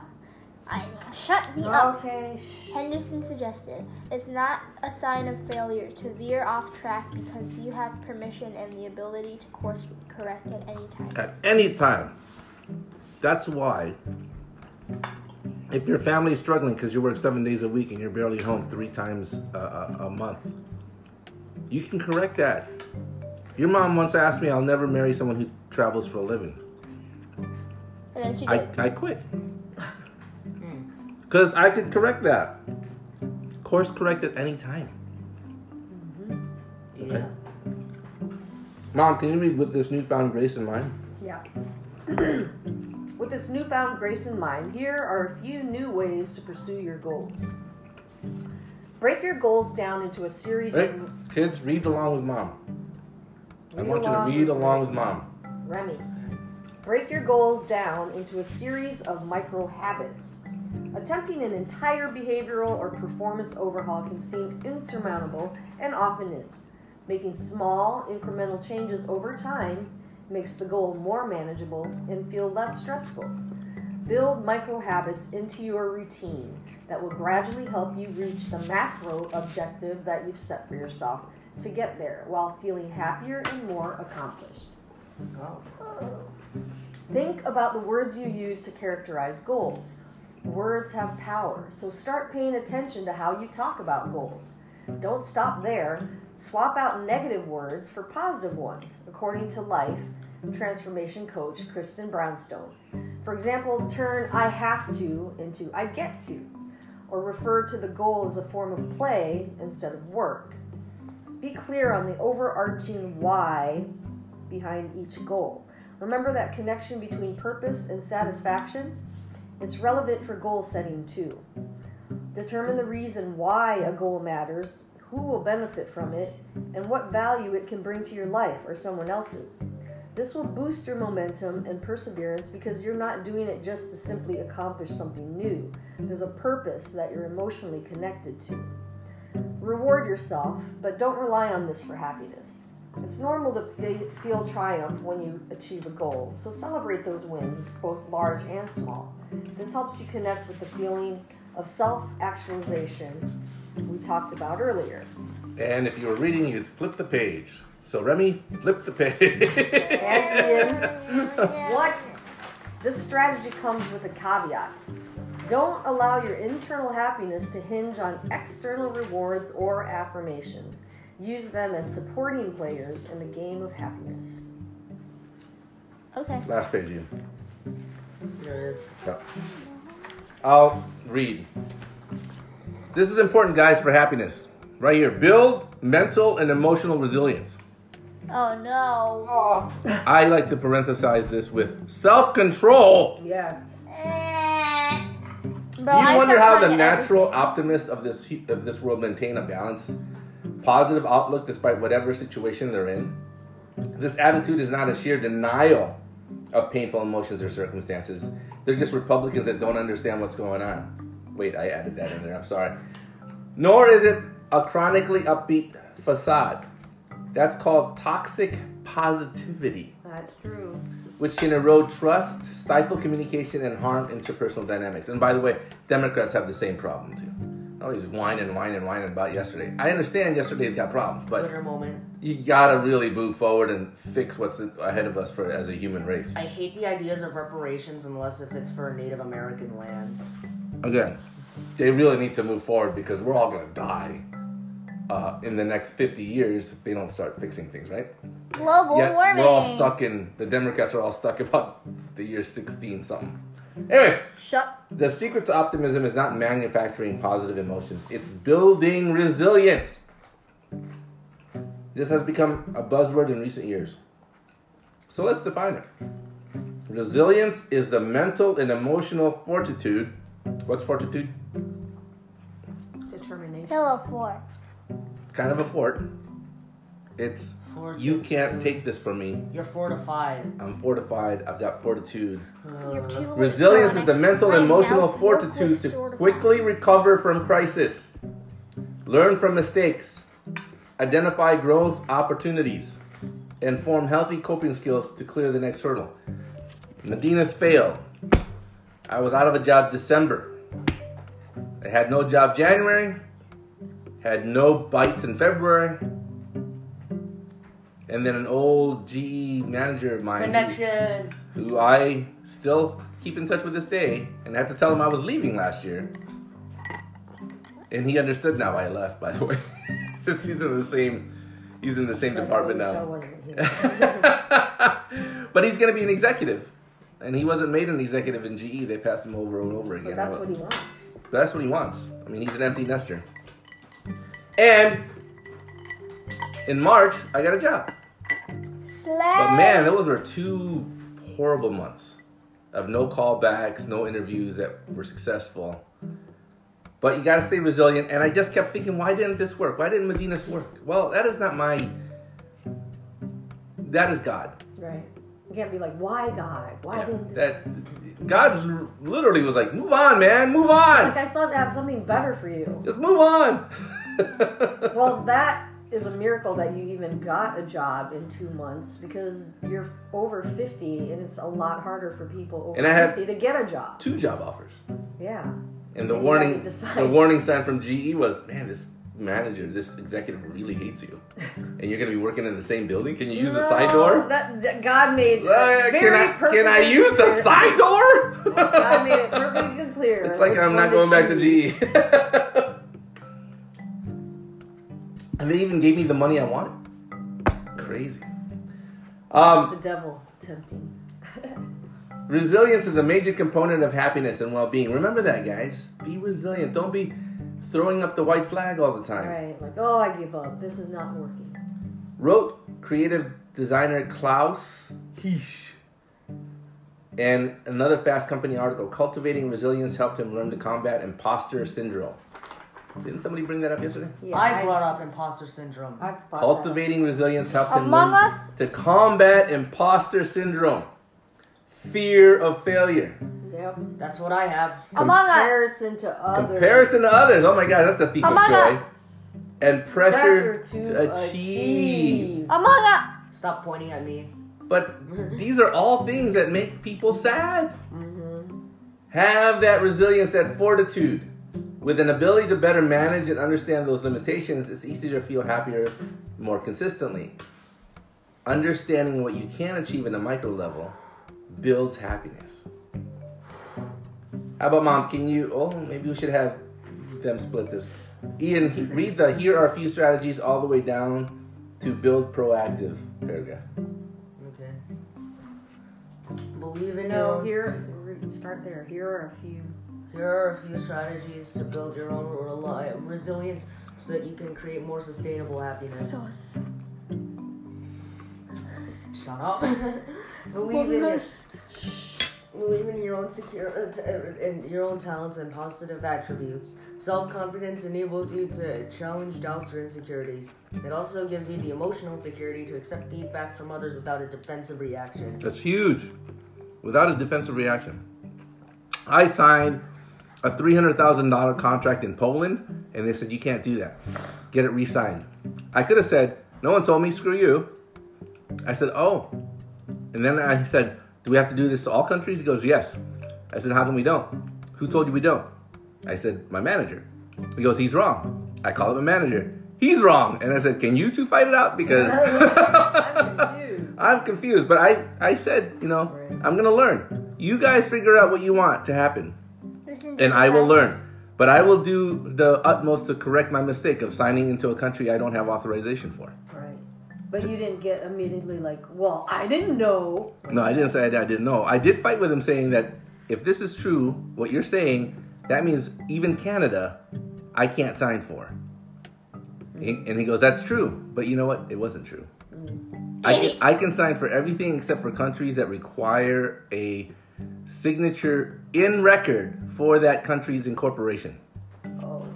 S2: I shut me up.
S3: Okay. shh.
S2: Henderson suggested it's not a sign of failure to veer off track because you have permission and the ability to course correct at any time.
S1: At any time. That's why. If your family is struggling because you work seven days a week and you're barely home three times a, a, a month, you can correct that. Your mom once asked me, I'll never marry someone who travels for a living.
S2: And then she
S1: I,
S2: did.
S1: I quit. Because I could correct that. Course correct at any time.
S4: Yeah.
S1: Mom, can you read with this newfound grace in mind?
S3: Yeah. With this newfound grace in mind, here are a few new ways to pursue your goals. Break your goals down into a series
S1: Hey,
S3: of.
S1: kids, read along with mom. I
S3: Read
S1: want you to
S3: along
S1: read
S3: with
S1: along with mom.
S3: Remy. Break your goals down into a series of micro habits. Attempting an entire behavioral or performance overhaul can seem insurmountable and often is. Making small, incremental changes over time makes the goal more manageable and feel less stressful. Build micro habits into your routine that will gradually help you reach the macro objective that you've set for yourself to get there while feeling happier and more accomplished.
S4: Oh.
S3: Think about the words you use to characterize goals. Words have power, so start paying attention to how you talk about goals. Don't stop there. Swap out negative words for positive ones, according to life transformation coach Kristen Brownstone. For example, turn I have to into I get to, or refer to the goal as a form of play instead of work. Be clear on the overarching why behind each goal. Remember that connection between purpose and satisfaction? It's relevant for goal setting too. Determine the reason why a goal matters, who will benefit from it, and what value it can bring to your life or someone else's. This will boost your momentum and perseverance because you're not doing it just to simply accomplish something new. There's a purpose that you're emotionally connected to. Reward yourself, but don't rely on this for happiness. It's normal to fe- feel triumph when you achieve a goal, so celebrate those wins, both large and small. This helps you connect with the feeling of self actualization we talked about earlier.
S1: And if you were reading, you'd flip the page. So Remy, flip the page.
S3: And Ian, what? This strategy comes with a caveat. Don't allow your internal happiness to hinge on external rewards or affirmations. Use them as supporting players in the game of happiness.
S2: Okay.
S1: Last page, Ian.
S4: There it is.
S1: Yeah. I'll read. This is important, guys, for happiness. Right here. Build mental and emotional resilience.
S2: Oh no.
S3: Oh,
S1: I like to parenthesize this with self control.
S3: yeah.
S2: Bro,
S1: you wonder
S2: start
S1: how
S2: crying
S1: the
S2: at
S1: natural optimist of this hu- of this world maintain a balanced, positive outlook despite whatever situation they're in. This attitude is not a sheer denial of painful emotions or circumstances. They're just Republicans that don't understand what's going on. Wait, I added that in there. I'm sorry. Nor is it a chronically upbeat facade. That's called toxic positivity
S3: That's true.
S1: which can erode trust, stifle communication, and harm interpersonal dynamics. And by the way, Democrats have the same problem too. Always whine and whine and whine about yesterday. I understand yesterday's got problems, but
S4: Twitter moment.
S1: you gotta really move forward and fix what's ahead of us for as a human race.
S4: I hate the ideas of reparations unless if it's for Native American lands.
S1: Again, they really need to move forward because we're all gonna die uh, in the next 50 years if they don't start fixing things, right?
S2: it. Global
S1: Yeah,
S2: warming.
S1: we're all stuck in the Democrats are all stuck about the year 16 something. Anyway.
S2: Shut.
S1: The secret to optimism is not manufacturing positive emotions, it's building resilience. This has become a buzzword in recent years. So let's define it. Resilience is the mental and emotional fortitude. What's fortitude?
S3: Determination.
S2: Pillow four.
S1: Kind of a fort. It's you can't take this from me.
S4: You're fortified.
S1: I'm fortified. I've got fortitude.
S2: You're too
S1: Uh, Resilience is the mental and
S2: My
S1: emotional
S2: mouth worked with
S1: fortitude to
S2: sort of-
S1: quickly recover from crisis, learn from mistakes, identify growth opportunities, and form healthy coping skills to clear the next hurdle. Medina's failed. I was out of a job December. I had no job January, had no bites in February. And then an old GE manager of mine who-
S4: Connection.
S1: who I still keep in touch with this day, and had to tell him I was leaving last year. And he understood now why I left, by the way, since he's in the same he's in the same department
S3: Michelle
S1: now.
S3: wasn't here.
S1: but he's gonna be an executive, and he wasn't made an executive in GE. They passed him over and over again.
S3: But that's
S1: I-
S3: what he wants.
S1: that's what he wants. I mean, he's an empty nester. And in March, I got a job. But
S2: Slay.
S1: man, those were two horrible months of no callbacks, no interviews that were successful. But you gotta stay resilient. And I just kept thinking, why didn't this work? Why didn't Medina's work? Well, that is not my. That is God.
S3: Right. You can't be like, why God? Why
S1: Yeah,
S3: didn't
S1: that God l- literally was like, move on, man, move on,
S3: Like, I still have to have something better for you.
S1: just move on.
S3: Well, that is a miracle that you even got a job in two months because you're over 50 and it's a lot harder for people over
S1: And I had-
S3: 50 to get a job.
S1: two job offers.
S3: Yeah.
S1: And the
S3: And you
S1: warning,
S3: had to decide.
S1: the warning sign from GE was, man, this manager, this executive really hates you, and you're gonna be working in the same building. Can you use the side
S3: No,
S1: door?
S3: That, that God made it
S1: Uh,
S3: very
S1: can I
S3: perfect
S1: can I
S3: and
S1: use the
S3: clear.
S1: side
S3: God made
S1: door?
S3: it perfect and clear.
S1: it's like
S3: which
S1: I'm
S3: one
S1: not going back to E.
S3: choose.
S1: GE. and they even gave me the money I wanted. Crazy. Um,
S3: The devil tempting.
S1: Resilience is a major component of happiness and well-being. Remember that, guys. Be resilient. Don't be throwing up the white flag all the time.
S3: Right. Like, oh, I give up. This is not working.
S1: Wrote creative designer Klaus Hisch. And another Fast Company article, cultivating resilience helped him learn to combat imposter syndrome. Didn't somebody bring that up yesterday?
S3: Yeah,
S4: I brought up imposter syndrome.
S3: I've bought
S1: Cultivating resilience helped him
S2: Among
S1: learn
S2: Us?
S1: to combat imposter syndrome, fear of failure,
S3: that. Yep.
S4: That's what I have.
S2: Among Us.
S3: Comparison to other.
S1: comparison to others. Oh my God, that's the thief of
S2: Among
S1: joy. And pressure,
S3: Pressure
S1: to,
S3: to
S1: achieve.
S3: achieve.
S2: Among Us.
S4: Stop pointing at me.
S1: But these are all things that make people sad. Have that resilience, that fortitude. With an ability to better manage and understand those limitations, it's easier to feel happier more consistently. Understanding what you can achieve in a micro level builds happiness. How about mom? Can you? Oh, maybe we should have them split this. Ian, he, read the here are a few strategies all the way down to build proactive paragraph.
S4: Okay. Believe in your
S3: No,
S4: own-
S3: here, start there. Here are a few.
S4: Here are a few strategies to build your own reli- resilience so that you can create more sustainable happiness.
S5: Sus.
S4: Shut up. Believe in your, believe in your own secure uh, t- uh, in your own talents and positive attributes. Self-confidence enables you to challenge doubts or insecurities. It also gives you the emotional security to accept feedbacks from others without a defensive reaction.
S1: That's huge. Without a defensive reaction. I signed a $300,000 contract in Poland, and they said, You can't do that. Get it re signed. I could have said, No one told me, screw you. I said, Oh. And then I said, Do we have to do this to all countries? He goes, Yes. I said, How come we don't? Who told you we don't? I said, My manager. He goes, He's wrong. I call up my manager. He's wrong. And I said, Can you two fight it out? Because.
S3: I'm confused.
S1: I'm confused, but I, I said, you know, I'm gonna learn. You guys figure out what you want to happen,
S2: Listen to
S1: and
S2: the
S1: I will
S2: facts.
S1: learn. But I will do the utmost to correct my mistake of signing into a country I don't have authorization for.
S3: Right. But you didn't get immediately like, well, I didn't know.
S1: No, I didn't say I didn't know. I did fight with him saying that if this is true, what you're saying, that means even Canada, I can't sign for. And and he goes, that's true. But you know what? It wasn't true. I can, I can sign for everything except for countries that require a signature in record for that country's incorporation.
S3: Oh, okay.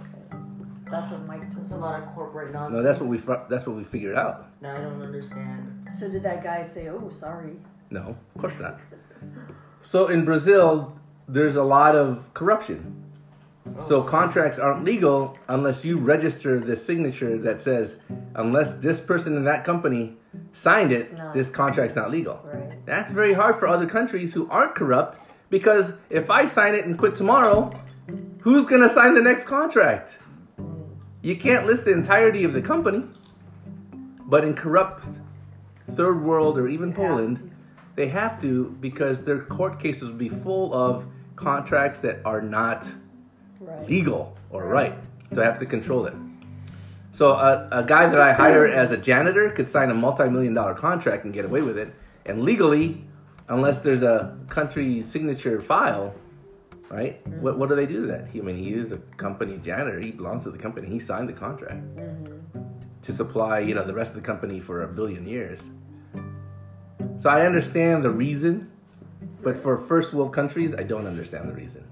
S3: That's what Mike told
S4: It's a lot of corporate nonsense.
S1: No, that's what we fr- that's what we figured out.
S4: No, I don't understand.
S3: So did that guy say, oh, sorry?
S1: No, of course not. So in Brazil, there's a lot of corruption.
S3: Oh.
S1: So contracts aren't legal unless you register the signature that says, unless this person in that company signed it,
S3: not.
S1: this contract's not legal.
S3: Right.
S1: That's very hard for other countries who aren't corrupt because if I sign it and quit tomorrow, who's going to sign the next contract?
S3: Mm.
S1: You can't list the entirety of the company. But in corrupt third world or even Poland, they have to because their court cases would be full of contracts that are not
S3: Right.
S1: legal or right. So I have to control it. So a, a guy that I hire as a janitor could sign a multi-million dollar contract and get away with it. And legally, unless there's a country signature file, right? What, what do they do to that? He, I mean, he is a company janitor. He belongs to the company. He signed the contract to supply, you know, the rest of the company for a billion years. So I understand the reason, but for first world countries, I don't understand the reason.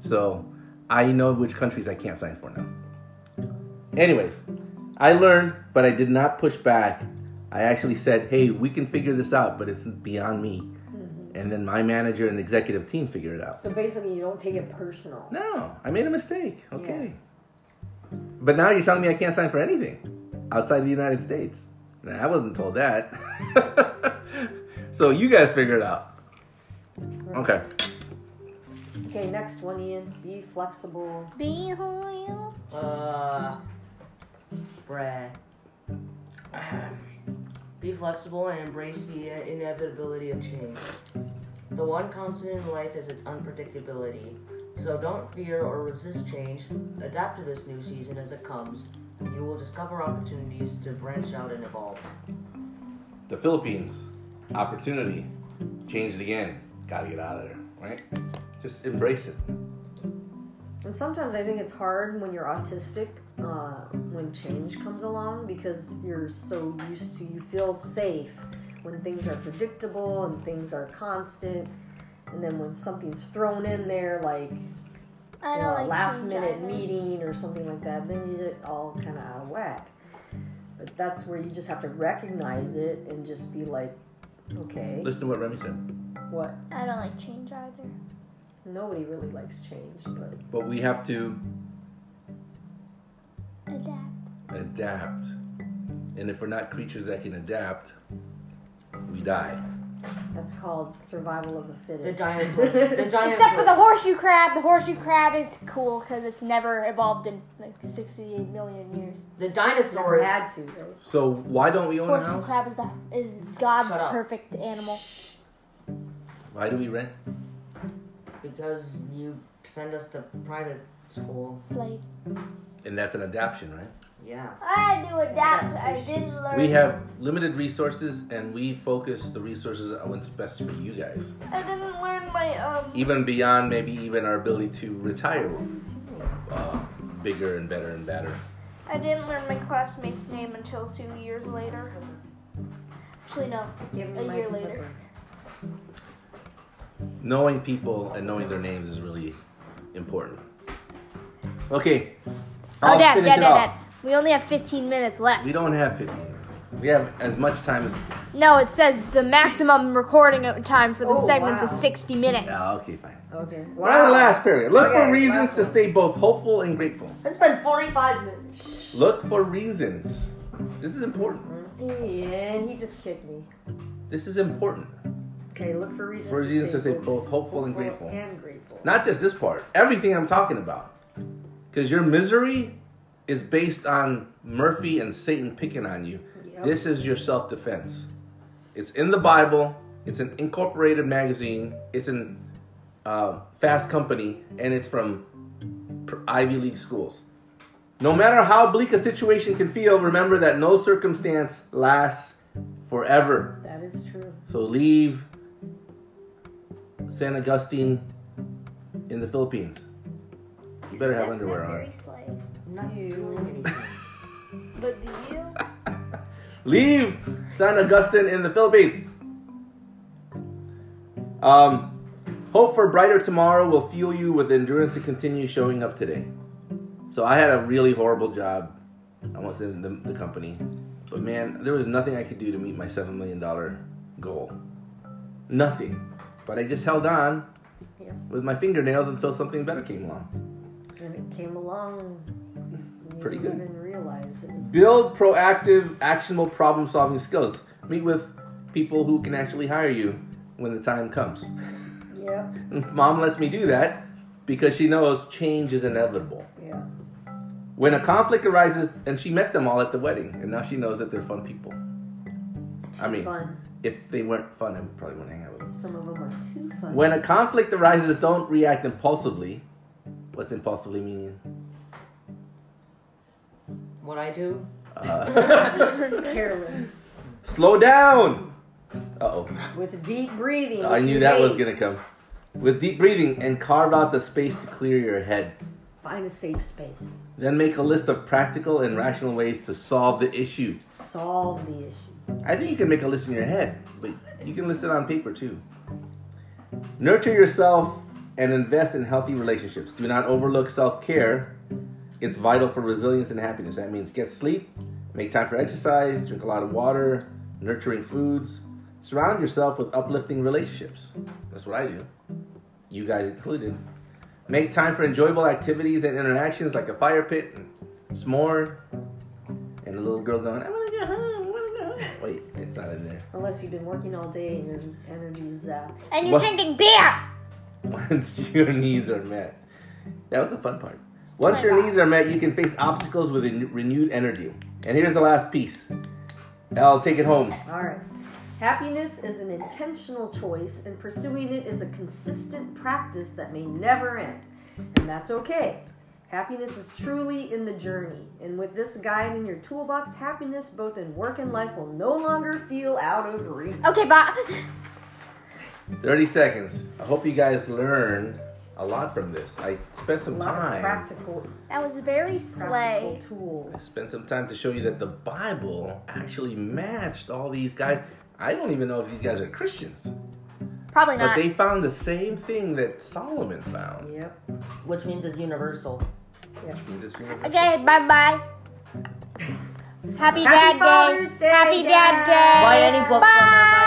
S1: So I know which countries I can't sign for now. Anyways, I learned, but I did not push back. I actually said, hey, we can figure this out, but it's beyond me. And then my manager and the executive team figure it out.
S3: So basically, you don't take it personal.
S1: No, I made a mistake. Okay. But now you're telling me I can't sign for anything outside the United States. Nah, I wasn't told that. so you guys figure it out. Okay.
S3: Okay, next one, Ian. Be flexible.
S2: Be who you
S4: Uh, bruh. Be flexible and embrace the inevitability of change. The one constant in life is its unpredictability. So don't fear or resist change. Adapt to this new season as it comes. You will discover opportunities to branch out and evolve.
S1: The Philippines, opportunity, changed again. Gotta get out of there, right? Just embrace it.
S3: And sometimes I think it's hard when you're autistic, uh, when change comes along, because you're so used to, you feel safe when things are predictable and things are constant. And then when something's thrown in there, like
S2: I don't
S3: you know, a
S2: like
S3: last
S2: change
S3: minute
S2: either.
S3: meeting or something like that, then you get all kind of out of whack. But that's where you just have to recognize it and just be like, okay,
S1: Listen to what Remy said.
S3: what?
S2: I don't like change either.
S3: Nobody really likes change, but
S1: But we have to
S2: Adapt.
S1: adapt. And if we're not creatures that can adapt, we die.
S3: that's called survival of the
S4: The
S3: fittest.
S4: dinosaurs. The dinosaurs.
S2: Except for the horseshoe crab. The horseshoe crab is cool because it's never evolved in like 68 million years.
S4: The
S3: Never
S4: dinosaurs.
S3: had to. Though.
S1: So why don't we own a
S2: Horseshoe
S1: house?
S2: crab is the is God's
S4: Shut up.
S2: perfect animal.
S1: Why do we rent?
S4: Because you send us to private school.
S2: Slade.
S1: And that's an adaption, right?
S4: Yeah.
S2: I had to adapt. I didn't learn.
S1: We have limited resources and we focus the resources on what's best for you guys.
S2: I didn't learn my um.
S1: Even beyond maybe even our ability to retire uh, bigger and better and better.
S5: I didn't learn my classmate's name until two years later. Actually, no.
S3: Give me
S5: A
S3: my
S5: year
S3: slipper.
S5: later.
S1: Knowing people and knowing their names is really important. Okay.
S2: Oh,
S1: I'll
S2: Dad,
S1: finish
S2: Dad, Dad,
S1: it off.
S2: Dad. We only have 15 minutes left.
S1: We don't have 15. We have as much time as.
S2: No, it says the maximum recording time for the
S3: Oh,
S2: segments is
S3: wow.
S2: 60 minutes.
S1: Ah, okay, fine.
S3: Okay.
S1: We're on the last period. Look
S3: Okay,
S1: for reasons
S3: last
S1: to
S3: one.
S1: stay both hopeful and grateful.
S4: It's been 45 minutes.
S1: Look for reasons. This is important.
S3: And he just kicked me.
S1: This is important.
S3: Okay, look for reasons.
S1: For reasons to say both hopeful and grateful.
S3: Hopeful And grateful.
S1: Not just this part, everything I'm talking about. Because your misery is based on Murphy and Satan picking on you.
S3: Yep.
S1: This is your self defense. It's in the Bible, it's an incorporated magazine, it's in uh, Fast Company, and it's from pr- Ivy League schools. No matter how bleak a situation can feel, remember that no circumstance lasts forever.
S3: That is true.
S1: So leave San Augustine in the Philippines. You better have
S5: That's
S1: underwear
S5: not
S1: on.
S5: very slight.
S4: I'm not
S3: You.
S4: doing anything.
S5: But do you?
S1: Leave San Augustine in the Philippines. Um, hope for brighter tomorrow will fuel you with endurance to continue showing up today. So I had a really horrible job. I was in the, the company, but man, there was nothing I could do to meet my seven million dollar goal. Nothing. But I just held on
S3: Yeah.
S1: with my fingernails until something better came along.
S3: And it came along. You
S1: Pretty
S3: didn't
S1: good.
S3: even realize it was.
S1: Build proactive, actionable problem solving skills. Meet with people who can actually hire you when the time comes.
S3: Yep.
S1: Mom lets me do that because she knows change is inevitable.
S3: Yeah.
S1: When a conflict arises, and she met them all at the wedding, and now she knows that they're fun people. I mean,
S3: Fun.
S1: if they weren't fun, I probably wouldn't hang out with them.
S3: Some of them are too fun.
S1: When a conflict arises, don't react impulsively. What's impulsively meaning?
S4: What I do?
S1: Uh,
S3: Careless.
S1: slow down! Uh oh.
S3: With deep breathing.
S1: I
S3: which
S1: knew
S3: you
S1: that was
S3: hate.
S1: gonna come. With deep breathing and carve out the space to clear your head.
S3: Find a safe space.
S1: Then make a list of practical and rational ways to solve the issue.
S3: Solve the issue.
S1: I think you can make a list in your head, but you can list it on paper too. Nurture yourself and invest in healthy relationships. Do not overlook self care. It's vital for resilience and happiness. That means get sleep, make time for exercise, drink a lot of water, nurturing foods. Surround yourself with uplifting relationships. That's what I do, you guys included. Make time for enjoyable activities and interactions like a fire pit and s'more. And the little girl going, I wanna go home, I wanna go home. Wait, it's not in there.
S3: Unless you've been working all day and your energy is zapped.
S2: And you're
S1: What-
S2: drinking beer!
S1: once your needs are met. That was the fun part.
S3: Oh
S1: Once your needs are met, you can face obstacles with a renewed energy. And here's the last piece. I'll take it home.
S3: All right. Happiness is an intentional choice, and pursuing it is a consistent practice that may never end. And that's okay. Happiness is truly in the journey. And with this guide in your toolbox, happiness both in work and life will no longer feel out of reach.
S2: Okay, bye.
S1: 30 seconds. I hope you guys learned a lot from this. I spent
S3: A
S1: some
S3: lot of
S1: time.
S3: practical,
S2: That was very
S3: practical
S2: slay.
S1: I
S3: tools.
S1: spent some time to show you that the Bible actually matched all these guys. I don't even know if these guys are Christians,
S2: Probably
S1: but
S2: not.
S1: they found the same thing that Solomon found.
S3: Yep.
S4: Which means it's universal.
S1: Which means it's universal.
S2: Okay, bye bye. Happy, Dad Day.
S3: Father's Day,
S2: Happy Dad
S3: Dad.
S2: Day.
S4: Buy any book from them. I